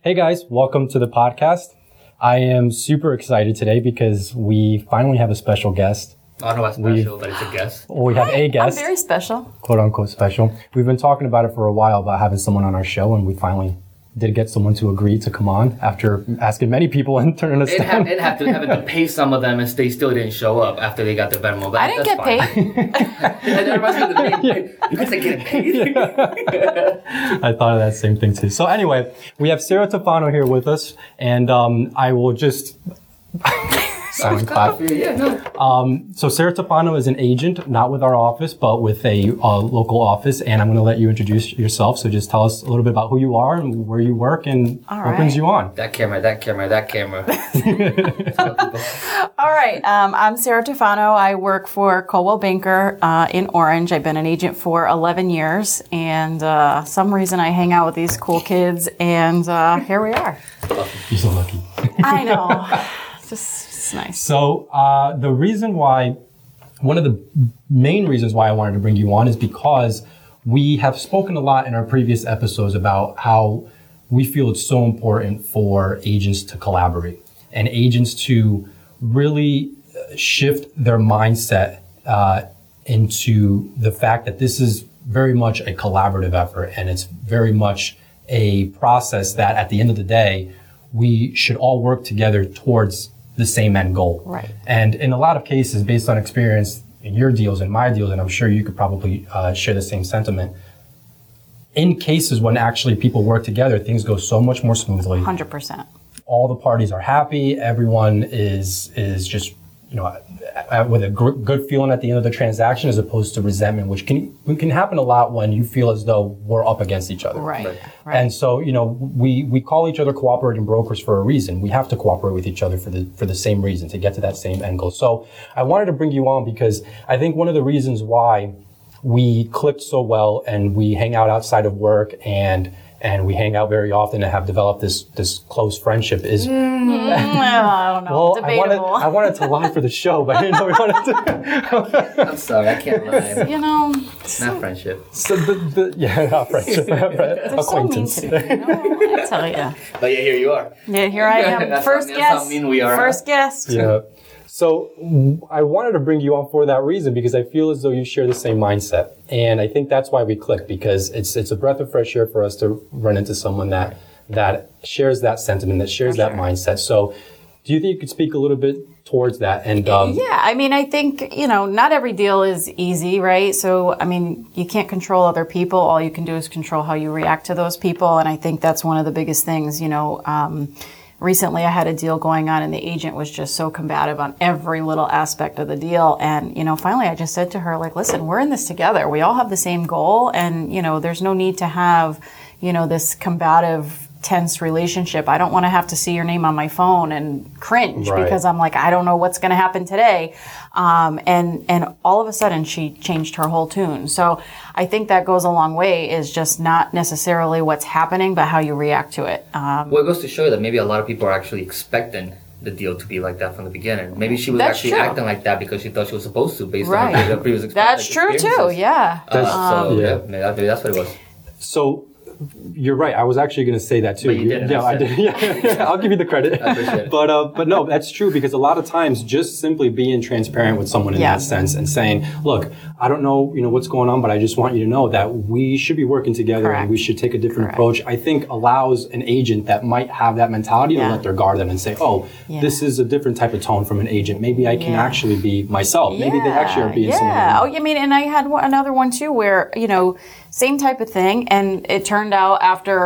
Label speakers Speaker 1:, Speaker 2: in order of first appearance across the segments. Speaker 1: Hey guys, welcome to the podcast. I am super excited today because we finally have a special guest.
Speaker 2: I don't know what's special, but it's a guess.
Speaker 1: Well, we have a guest,
Speaker 3: I'm very special.
Speaker 1: quote unquote special. We've been talking about it for a while about having someone on our show, and we finally did get someone to agree to come on after asking many people and turning us
Speaker 2: It
Speaker 1: down.
Speaker 2: had, it had to have to pay some of them, and they still didn't show up after they got the Venmo. But
Speaker 3: I didn't get paid.
Speaker 2: paid. Everybody's gonna be like, You guys are getting paid.
Speaker 1: I thought of that same thing too. So anyway, we have Sarah Tofano here with us, and um, I will just silent clap.
Speaker 2: yeah, no.
Speaker 1: So Sarah Tofano is an agent, not with our office, but with a uh, local office. And I'm going to let you introduce yourself. So just tell us a little bit about who you are and where you work and
Speaker 3: All
Speaker 1: what brings
Speaker 3: right.
Speaker 1: you on.
Speaker 2: That camera, that camera, that camera.
Speaker 3: All right. Um, I'm Sarah Tufano. I work for Coldwell Banker uh, in Orange. I've been an agent for 11 years, and uh, some reason I hang out with these cool kids, and uh, here we are.
Speaker 1: You're so lucky.
Speaker 3: I know. It's Just it's nice.
Speaker 1: So uh, the reason why, one of the main reasons why I wanted to bring you on is because we have spoken a lot in our previous episodes about how we feel it's so important for agents to collaborate and agents to really uh, shift their mindset uh, into the fact that this is very much a collaborative effort and it's very much a process that at the end of the day we should all work together towards the same end goal.
Speaker 3: Right.
Speaker 1: And in a lot of cases, based on experience in your deals and my deals, and I'm sure you could probably uh, share the same sentiment. In cases when actually people work together, things go so much more smoothly
Speaker 3: 100%.
Speaker 1: all the parties are happy. Everyone is is just you know uh, with a gr- good feeling at the end of the transaction, as opposed to resentment, which can can happen a lot when you feel as though we're up against each other.
Speaker 3: Right.
Speaker 2: Right.
Speaker 3: Right.
Speaker 1: And so, you know, we, we call each other cooperating brokers for a reason. We have to cooperate with each other for the for the same reason to get to that same end goal. So, I wanted to bring you on because I think one of the reasons why we clicked so well and we hang out outside of work and and we hang out very often and have developed this this close friendship is
Speaker 3: Well, I don't know.
Speaker 1: well, I wanted,
Speaker 3: Debatable.
Speaker 1: I wanted to lie for the show, but I didn't know we wanted to.
Speaker 2: I'm sorry, I can't lie.
Speaker 3: you know,
Speaker 2: Not friendship.
Speaker 1: So the, the, yeah, not friendship,
Speaker 3: they're so mean
Speaker 1: acquaintance.
Speaker 3: to me. You know, I tell you.
Speaker 2: But yeah, here you are.
Speaker 3: Yeah, here I am.
Speaker 2: That's
Speaker 3: First
Speaker 2: how- that's how
Speaker 3: guest.
Speaker 2: mean we are, huh?
Speaker 3: First guest.
Speaker 1: yeah. So w- I wanted to bring you on for that reason because I feel as though you share the same mindset, and I think that's why we click because it's it's a breath of fresh air for us to run into someone that that shares that sentiment, that shares that
Speaker 3: sure.
Speaker 1: mindset. So, do you think you could speak a little bit towards that? And um,
Speaker 3: Yeah, I mean, I think, you know, not every deal is easy, right? So, I mean, you can't control other people. All you can do is control how you react to those people. And I think that's one of the biggest things, you know. Um, recently, I had a deal going on, and the agent was just so combative on every little aspect of the deal. And, you know, finally, I just said to her, like, listen, we're in this together. We all have the same goal. And, you know, there's no need to have, you know, this combative, tense relationship. I don't want to have to see your name on my phone and cringe
Speaker 1: Right.
Speaker 3: because I'm like, I don't know what's going to happen today. Um, and, and all of a sudden she changed her whole tune. So I think that goes a long way is just not necessarily what's happening, but how you react to it. Um,
Speaker 2: Well, it goes to show you that maybe a lot of people are actually expecting the deal to be like that from the beginning. Maybe she was
Speaker 3: That's
Speaker 2: actually
Speaker 3: true.
Speaker 2: acting like that because she thought she was supposed to, based on
Speaker 3: Right.
Speaker 2: her previous expe-
Speaker 3: that's true too.
Speaker 2: experiences.
Speaker 3: Yeah.
Speaker 2: Uh, so
Speaker 1: Um,
Speaker 2: yeah,
Speaker 1: Yeah.
Speaker 2: maybe that- maybe that's what it was.
Speaker 1: so you're right. I was actually going to say that too.
Speaker 2: But you didn't.
Speaker 1: Yeah, I
Speaker 2: That's
Speaker 1: did. Yeah, I'll give you the credit.
Speaker 2: appreciate it.
Speaker 1: But uh, but no, that's true because a lot of times just simply being transparent with someone in
Speaker 3: Yeah.
Speaker 1: that sense and saying, look, I don't know, you know what's going on, but I just want you to know that we should be working together and
Speaker 3: Correct.
Speaker 1: we should take a different
Speaker 3: Correct.
Speaker 1: approach. I think allows an agent that might have that mentality to
Speaker 3: Yeah.
Speaker 1: let their guard down and say, oh,
Speaker 3: Yeah.
Speaker 1: this is a different type of tone from an agent. Maybe I can
Speaker 3: Yeah.
Speaker 1: actually be myself. Maybe they actually are being someone.
Speaker 3: yeah. Oh, I mean, and I had one, another one too, where you know, same type of thing, and it turned out after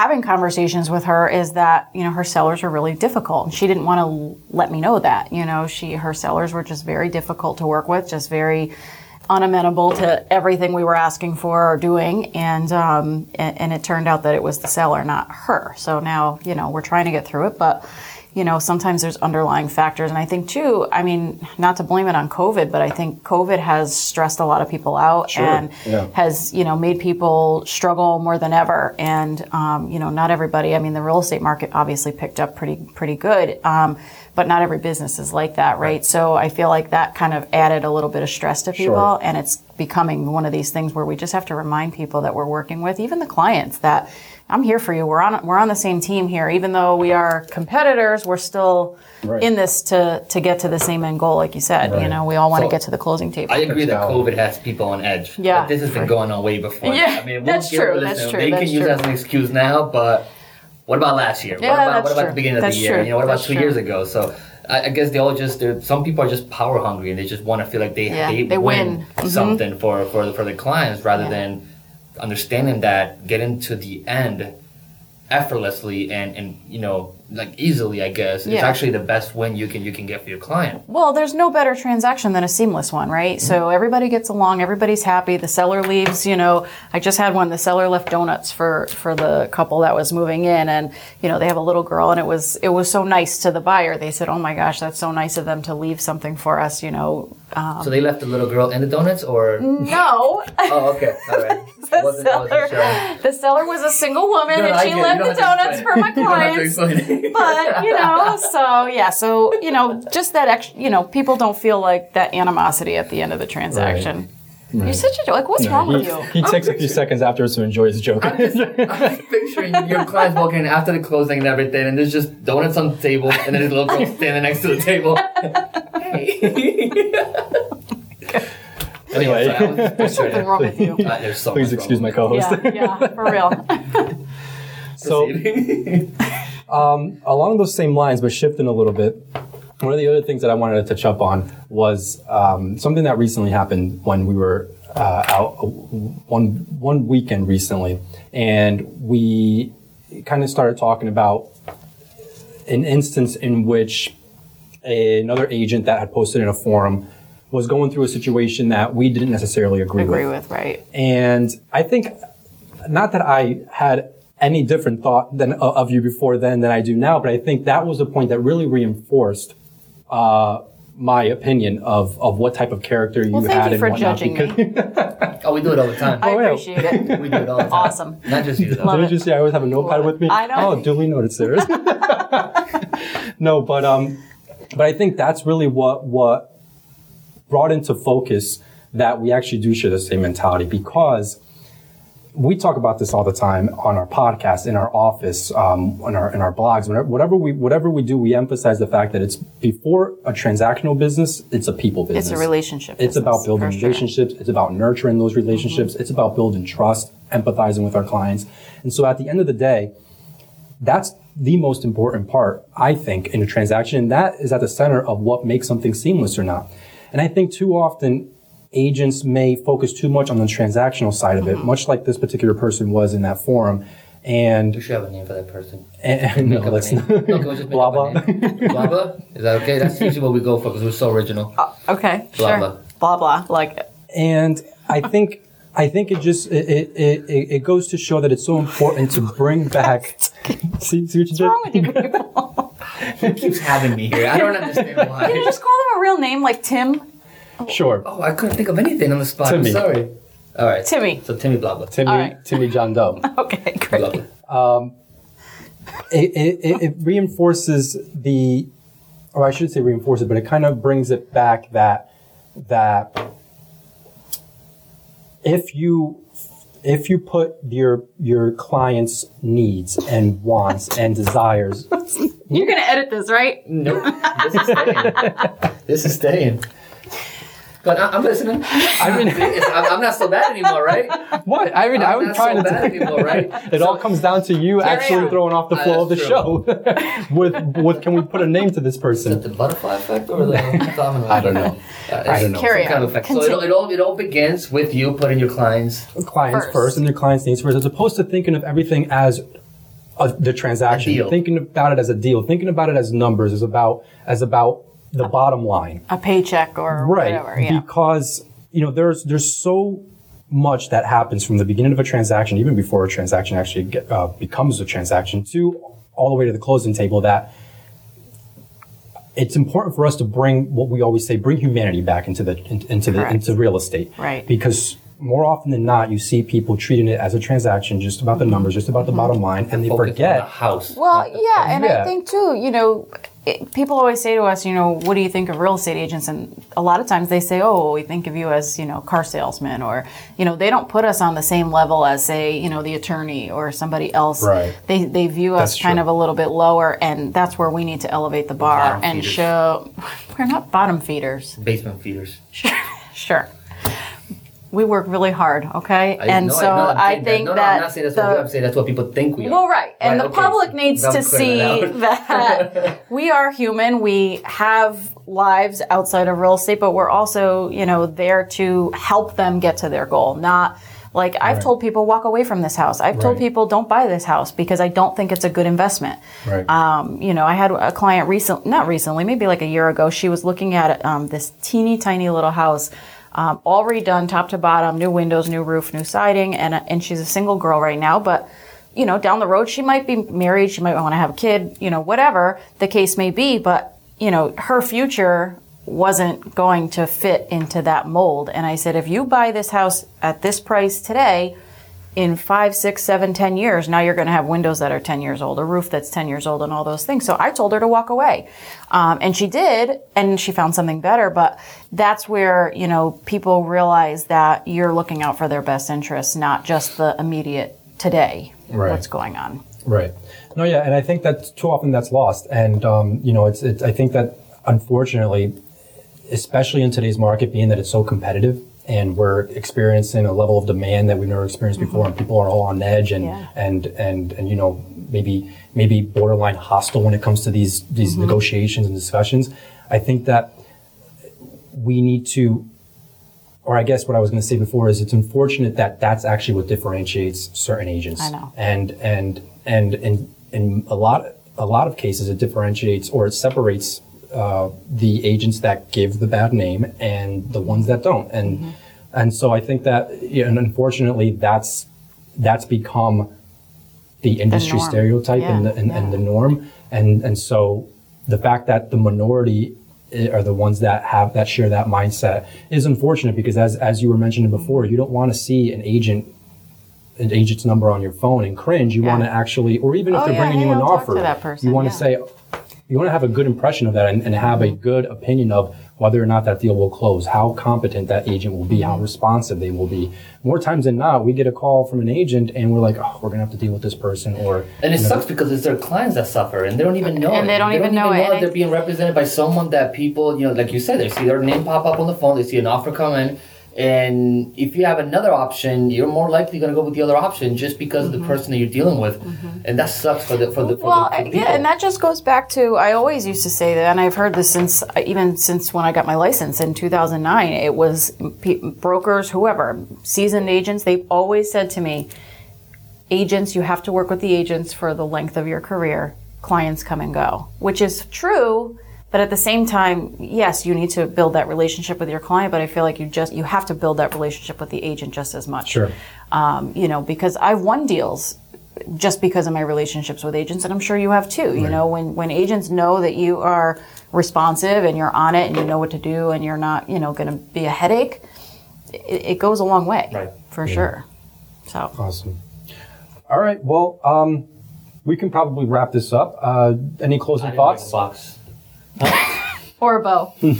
Speaker 3: having conversations with her is that you know her sellers were really difficult and she didn't want to let me know that you know she her sellers were just very difficult to work with just very unamenable to everything we were asking for or doing and um and, and it turned out that it was the seller not her so now you know we're trying to get through it but you know, sometimes there's underlying factors. And I think, too, I mean, not to blame it on COVID, but I think COVID has stressed a lot of people out and
Speaker 1: yeah.
Speaker 3: has, you know, made people struggle more than ever. And, um, you know, not everybody, I mean, the real estate market obviously picked up pretty, pretty good. Um, but not every business is like that, right? So I feel like that kind of added a little bit of stress to people. And it's becoming one of these things where we just have to remind people that we're working with, even the clients, that I'm here for you. We're on we're on the same team here. Even though we are competitors, we're still
Speaker 1: Right.
Speaker 3: in this to to get to the same end goal, like you said. You
Speaker 1: Right.
Speaker 3: know, we all want to
Speaker 2: So-
Speaker 3: get to the closing table.
Speaker 2: I agree that
Speaker 1: That's
Speaker 2: COVID has people on edge. but
Speaker 3: Yeah.
Speaker 2: this has been going on way before.
Speaker 3: Yeah,
Speaker 2: I mean,
Speaker 3: that's
Speaker 2: give-
Speaker 3: true, that's true,
Speaker 2: They
Speaker 3: that's
Speaker 2: can use
Speaker 3: true.
Speaker 2: that as an excuse now, but what about last year?
Speaker 3: Yeah,
Speaker 2: what about,
Speaker 3: that's
Speaker 2: what about
Speaker 3: true,
Speaker 2: the beginning
Speaker 3: that's
Speaker 2: of the year?
Speaker 3: true,
Speaker 2: You know, what about
Speaker 3: that's
Speaker 2: two
Speaker 3: true.
Speaker 2: years ago? So I, I guess they all just, they're- some people are just power hungry and they just want to feel like they,
Speaker 3: Yeah,
Speaker 2: they,
Speaker 3: they win.
Speaker 2: win,
Speaker 3: Mhm.
Speaker 2: something for, for, the- for the clients rather
Speaker 3: Yeah.
Speaker 2: than understanding that getting to the end effortlessly and, and you know like easily i guess it's
Speaker 3: Yeah.
Speaker 2: actually the best win you can you can get for your client
Speaker 3: Well, there's no better transaction than a seamless one, right?
Speaker 2: Mm-hmm.
Speaker 3: So everybody gets along, everybody's happy. The seller leaves, you know. I just had one. The seller left donuts for for the couple that was moving in, and you know they have a little girl, and it was it was so nice to the buyer. They said, "Oh my gosh, that's so nice of them to leave something for us," you know. Um,
Speaker 2: so they left the little girl and the donuts or
Speaker 3: no,
Speaker 2: Oh, okay. All right. I wasn't, I wasn't sure.
Speaker 3: seller, the seller was a single woman,
Speaker 2: No, no,
Speaker 3: and
Speaker 2: I
Speaker 3: she
Speaker 2: get it. You
Speaker 3: left
Speaker 2: don't
Speaker 3: the
Speaker 2: have to
Speaker 3: donuts
Speaker 2: explain.
Speaker 3: for my
Speaker 2: You don't have to
Speaker 3: clients.
Speaker 2: explain it.
Speaker 3: but you know, so yeah, so you know, just that extra, you know, people don't feel like that animosity at the like, transaction. You're such a like, what's wrong with you?
Speaker 1: He, he takes a few seconds afterwards to enjoy his joke.
Speaker 2: I'm just picturing your clients walking in after the closing and everything, and there's just donuts on the table, and then there's a little girl standing next to the table. Hey.
Speaker 1: Anyway.
Speaker 2: Sorry, I was just picturing
Speaker 3: Something
Speaker 2: it.
Speaker 3: wrong with you.
Speaker 2: Uh, there's so
Speaker 1: Please
Speaker 2: much
Speaker 1: excuse my
Speaker 2: wrong
Speaker 1: co-host.
Speaker 3: Yeah, yeah, for real.
Speaker 1: So,
Speaker 2: with it.
Speaker 1: along those same lines, but shifting a little bit, one of the other things that I wanted to touch up on was um, something that recently happened when we were uh, out uh, one one weekend recently, and we kind of started talking about an instance in which another agent that had posted in a forum was going through a situation that we didn't necessarily agree,
Speaker 3: Agree with right.
Speaker 1: and I think not that I had any different thought than o- of you before then than I do now, but I think that was the point that really reinforced uh, my opinion of of what type of character you
Speaker 3: Well,
Speaker 1: had
Speaker 3: thank you
Speaker 1: and
Speaker 3: for
Speaker 1: whatnot.
Speaker 3: judging
Speaker 1: because-
Speaker 3: me.
Speaker 2: oh, we do it all the time.
Speaker 3: I
Speaker 1: yeah.
Speaker 3: appreciate it.
Speaker 2: we do it all the time.
Speaker 3: Awesome.
Speaker 2: Not just you, though.
Speaker 3: Love
Speaker 1: Did
Speaker 3: it.
Speaker 1: you see? I always have a notepad
Speaker 3: Love
Speaker 1: with
Speaker 3: it.
Speaker 1: me.
Speaker 3: I know.
Speaker 1: Oh, duly noted, Sarah. no, but um, but I think that's really what what brought into focus that we actually do share the same mentality because we talk about this all the time on our podcast, in our office, um, on our in our blogs, whatever, whatever we whatever we do, we emphasize the fact that it's before a transactional business, it's a people business.
Speaker 3: It's a relationship.
Speaker 1: It's about building
Speaker 3: relationships.
Speaker 1: relationships. It's about nurturing those
Speaker 2: Mm-hmm.
Speaker 1: relationships. It's about building trust, empathizing with our clients. And so at the end of the day, that's the most important part, I think, in a transaction. And that is at the center of what makes something seamless or not. And I think too often agents may focus too much on the transactional side of
Speaker 2: Mm-hmm.
Speaker 1: it, much like this particular person was in that forum.
Speaker 2: We
Speaker 1: And,
Speaker 2: should have a name for that person.
Speaker 1: and no,
Speaker 2: Make up a
Speaker 1: that's
Speaker 2: name.
Speaker 1: not.
Speaker 2: No, can we just make
Speaker 1: Blah,
Speaker 2: up a
Speaker 1: blah.
Speaker 2: name? blah blah. Is that okay? That's usually what we go for because we're so original.
Speaker 3: Uh, Okay,
Speaker 2: Blah,
Speaker 3: sure.
Speaker 2: blah.
Speaker 3: Blah blah. Like
Speaker 1: and I think I think it just it it, it- it it goes to show that it's so important to bring back. see, see what you
Speaker 3: what's wrong with
Speaker 1: did.
Speaker 3: you people?
Speaker 2: He keeps having me here. I don't understand why.
Speaker 3: Can you just call them a real name like Tim?
Speaker 1: Sure,
Speaker 2: Oh, I couldn't think of anything on the spot.
Speaker 1: Timmy.
Speaker 2: I'm sorry. All right.
Speaker 3: Timmy.
Speaker 2: So Timmy blah blah.
Speaker 1: Timmy
Speaker 3: All right.
Speaker 1: Timmy John Doe.
Speaker 3: Okay,
Speaker 2: Blah,
Speaker 3: great.
Speaker 2: blah.
Speaker 1: it, it, it- it reinforces the, or I should say reinforces, but it kind of brings it back that that if you if you put your your clients' needs and wants and desires
Speaker 3: You're gonna edit this, right?
Speaker 2: Nope. This is staying. this is staying. But I, I'm listening. I mean, I'm, I'm not so bad anymore, right?
Speaker 1: What? I mean, i
Speaker 2: I'm
Speaker 1: was
Speaker 2: not
Speaker 1: trying
Speaker 2: Uh, so
Speaker 1: to.
Speaker 2: bad anymore, right?
Speaker 1: it all comes down to you actually
Speaker 3: on.
Speaker 1: throwing off the
Speaker 2: Uh,
Speaker 1: flow of the
Speaker 2: that's
Speaker 1: show. with with can we put a name to this
Speaker 2: Is it
Speaker 1: person?
Speaker 2: the butterfly effect or the domino? Uh, I
Speaker 1: don't know. I don't know.
Speaker 3: Carry
Speaker 2: Kind
Speaker 3: on.
Speaker 2: of effect. So it, all- it all it all begins with you putting your clients
Speaker 1: Clients
Speaker 3: First.
Speaker 1: first. and their clients' needs first, as opposed to thinking of everything as a, the transaction,
Speaker 2: A deal.
Speaker 1: thinking about it as a deal, thinking about it as numbers, as about as about the bottom line.
Speaker 3: A paycheck or
Speaker 1: right
Speaker 3: whatever. Yeah.
Speaker 1: because you know there's there's so much that happens from the beginning of a transaction even before a transaction actually get, uh, becomes a transaction to all the way to the closing table that it's important for us to bring what we always say bring humanity back into the in- into the
Speaker 3: Correct.
Speaker 1: into real estate
Speaker 3: Right.
Speaker 1: because more often than not you see people treating it as a transaction just
Speaker 3: Mm-hmm.
Speaker 1: about the numbers just about the bottom line and they
Speaker 2: focus on the
Speaker 1: forget
Speaker 2: house.
Speaker 3: Well,
Speaker 2: not the-
Speaker 3: yeah, and I
Speaker 1: Yeah.
Speaker 3: think too, you know, it, people always say to us, you know, what do you think of real estate agents? And a lot of times they say, oh, we think of you as, you know, car salesman, or, you know, they don't put us on the same level as, say, you know, the attorney or somebody else.
Speaker 1: Right.
Speaker 3: They, they view us
Speaker 1: That's
Speaker 3: kind
Speaker 1: true.
Speaker 3: of a little bit lower, and that's where we need to elevate the bar
Speaker 2: Bottom
Speaker 3: and
Speaker 2: feeders.
Speaker 3: show we're not bottom feeders.
Speaker 2: Basement feeders.
Speaker 3: Sure. We work really hard, okay? and
Speaker 2: no,
Speaker 3: so
Speaker 2: no, I'm
Speaker 3: I
Speaker 2: saying
Speaker 3: think
Speaker 2: no, no,
Speaker 3: that
Speaker 2: I'm not saying that's
Speaker 3: the,
Speaker 2: what we are. I'm saying that's what people think we are.
Speaker 3: well, right. And the
Speaker 2: okay.
Speaker 3: public needs
Speaker 2: I'm
Speaker 3: to see
Speaker 2: clearing it out.
Speaker 3: that we are human. We have lives outside of real estate, but we're also, you know, there to help them get to their goal. Not like I've
Speaker 1: Right.
Speaker 3: told people walk away from this house. I've told
Speaker 1: Right.
Speaker 3: people don't buy this house because I don't think it's a good investment.
Speaker 1: Right.
Speaker 3: Um, you know, I had a client recent, not recently, maybe like a year ago. She was looking at um, this teeny tiny little house, um, all redone, top to bottom, new windows, new roof, new siding, and uh, and she's a single girl right now. But you know, down the road, she might be married, she might want to have a kid, you know, whatever the case may be. But you know, her future wasn't going to fit into that mold. And I said, if you buy this house at this price today, in five, six, seven, ten years, now you're going to have windows that are ten years old, a roof that's ten years old, and all those things. So I told her to walk away, um, and she did, and she found something better. But that's where you know people realize that you're looking out for their best interests, not just the immediate today.
Speaker 1: Right.
Speaker 3: What's going on?
Speaker 1: Right. No, yeah, and I think that too often that's lost, and um, you know, it's, it's I think that unfortunately, especially in today's market, being that it's so competitive. And we're experiencing a level of demand that we've never experienced before, and people are all on edge, and
Speaker 3: Yeah.
Speaker 1: and and and you know maybe maybe borderline hostile when it comes to these these negotiations and discussions. I think that we need to or I guess what I was going to say before is it's unfortunate that that's actually what differentiates certain agents.
Speaker 3: I know.
Speaker 1: And and and in in a lot a lot of cases it differentiates or it separates uh, the agents that give the bad name and the ones that don't. And
Speaker 3: Mm-hmm.
Speaker 1: and so I think that yeah, and unfortunately that's that's become the industry
Speaker 3: norm.
Speaker 1: stereotype and,
Speaker 3: Yeah,
Speaker 1: the, and,
Speaker 3: yeah.
Speaker 1: and the norm. And and so the fact that the minority i- are the ones that have that share that mindset is unfortunate because as as you were mentioning before, you don't want to see an agent an agent's number on your phone and cringe. You
Speaker 3: Yeah.
Speaker 1: want to actually, or even if
Speaker 3: Oh,
Speaker 1: they're
Speaker 3: yeah,
Speaker 1: bringing
Speaker 3: hey,
Speaker 1: you an
Speaker 3: I'll talk
Speaker 1: offer,
Speaker 3: to that person,
Speaker 1: you want
Speaker 3: yeah.
Speaker 1: to say. You want to have a good impression of that and, and have a good opinion of whether or not that deal will close, how competent that agent will be, how responsive they will be. More times than not, we get a call from an agent and we're like, oh, we're going to have to deal with this person or
Speaker 2: And
Speaker 1: you
Speaker 2: it
Speaker 1: know,
Speaker 2: sucks because it's their clients that suffer, and they don't even know.
Speaker 3: And
Speaker 2: it.
Speaker 3: they don't even know it, and
Speaker 2: that
Speaker 3: I-
Speaker 2: they're being represented by someone that people, you know, like you said, they see their name pop up on the phone, they see an offer come in, and if you have another option, you're more likely going to go with the other option just because of the person that you're dealing with, and that sucks for the for the for
Speaker 3: Mm-hmm. well
Speaker 2: the, for
Speaker 3: I-
Speaker 2: people.
Speaker 3: yeah and that just goes back to i always used to say that and i've heard this since uh, even since when i got my license in 2009 it was pe brokers whoever seasoned agents they've always said to me agents you have to work with the agents for the length of your career clients come and go which is true but at the same time yes you need to build that relationship with your client but i feel like you just you have to build that relationship with the agent just as much
Speaker 1: Sure.
Speaker 3: um, you know, because I've won deals just because of my relationships with agents, and I'm sure you have too. You know, when when agents know that you are responsive and you're on it and you know what to do and you're not, you know, going to be a headache, it, it goes a long way,
Speaker 2: Right.
Speaker 3: For sure. So.
Speaker 1: Awesome. All right. Well, um, we can probably wrap this up. Uh, any
Speaker 2: I
Speaker 1: closing
Speaker 2: didn't like the
Speaker 1: thoughts?
Speaker 2: box.
Speaker 3: Or a bow.
Speaker 2: Hmm.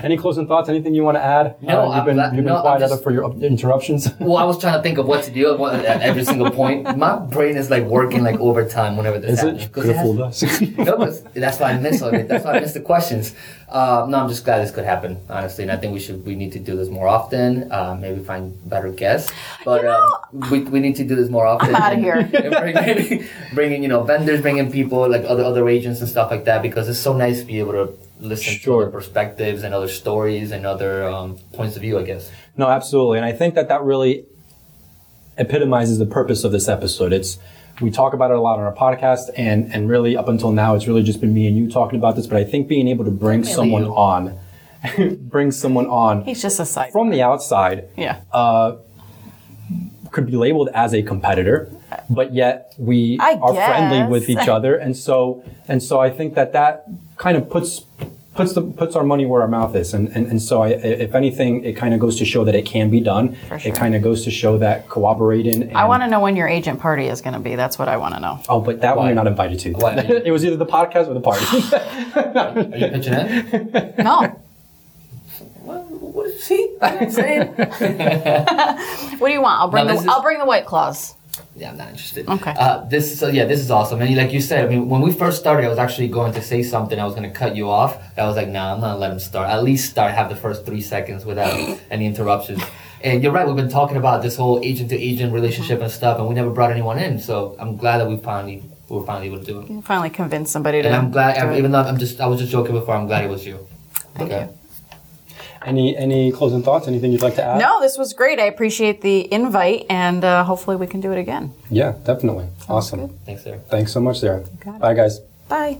Speaker 1: Any closing thoughts? Anything you want to add?
Speaker 2: No,
Speaker 1: uh,
Speaker 2: I'm
Speaker 1: you've been,
Speaker 2: glad-
Speaker 1: you've been
Speaker 2: no, I'm
Speaker 1: quiet
Speaker 2: just-
Speaker 1: other for your uh, interruptions.
Speaker 2: Well, I was trying to think of what to do at, one- at every single point. My brain is like working like overtime whenever this
Speaker 1: Is
Speaker 2: happens.
Speaker 1: it?
Speaker 2: 'cause
Speaker 1: Could have
Speaker 2: has-
Speaker 1: fooled us.
Speaker 2: no, but that's why I missed all of it. That's why I missed the questions. Uh, no, I'm just glad this could happen, honestly. And I think we should we need to do this more often. Uh, maybe find better guests, but um, we, we need to do this more often.
Speaker 3: outta here.
Speaker 2: And bring, in, bring in, you know vendors, bring in people like other other agents and stuff like that because it's so nice to be able to listen
Speaker 1: Sure.
Speaker 2: to other perspectives and other stories and other um, points of view. I guess.
Speaker 1: No, absolutely. And I think that that really epitomizes the purpose of this episode. It's we talk about it a lot on our podcast and and really up until now it's really just been me and you talking about this, but I think being able to bring
Speaker 2: Definitely
Speaker 1: someone
Speaker 2: you.
Speaker 1: on bring someone on
Speaker 3: He's just a side.
Speaker 1: from the outside
Speaker 3: yeah.
Speaker 2: Um,
Speaker 1: could be labeled as a competitor, but yet we
Speaker 3: I
Speaker 1: are friendly
Speaker 3: guess.
Speaker 1: with each other, and so and so I think that that kind of puts puts the puts our money where our mouth is, and and, and so I, if anything, it kind of goes to show that it can be done.
Speaker 3: sure.
Speaker 1: It kind of goes to show that cooperating. And,
Speaker 3: I want to know when your agent party is going to be. That's what I want to know.
Speaker 1: Oh, but that one you're not invited to.
Speaker 2: Why?
Speaker 1: it was either the podcast or the party.
Speaker 2: Are you pitching in?
Speaker 3: No.
Speaker 2: what, what, see? I'm saying.
Speaker 3: What do you want? I'll bring
Speaker 2: No,
Speaker 3: the
Speaker 2: this is-
Speaker 3: I'll bring the white claws.
Speaker 2: Yeah, I'm not interested.
Speaker 3: Okay.
Speaker 2: Uh, this so yeah, this is awesome. And like you said, I mean, when we first started, I was actually going to say something. I was going to cut you off. I was like, nah, I'm not gonna let him start. At least start have the first three seconds without any interruptions. And you're right. We've been talking about this whole agent to agent relationship and stuff, and we never brought anyone in. So I'm glad that we finally we were finally able to do it.
Speaker 3: You finally convinced somebody to.
Speaker 2: And I'm glad.
Speaker 3: do
Speaker 2: I'm,
Speaker 3: it.
Speaker 2: even though I'm just, I was just joking before. I'm glad it was you. Okay.
Speaker 1: any any closing thoughts? Anything you'd like to add?
Speaker 3: No, this was great. I appreciate the invite, and uh, hopefully we can do it again.
Speaker 1: Yeah, definitely. Awesome.
Speaker 2: Thanks, sir.
Speaker 1: Thanks so much, Sarah.
Speaker 3: got it.
Speaker 1: Bye, guys.
Speaker 3: Bye.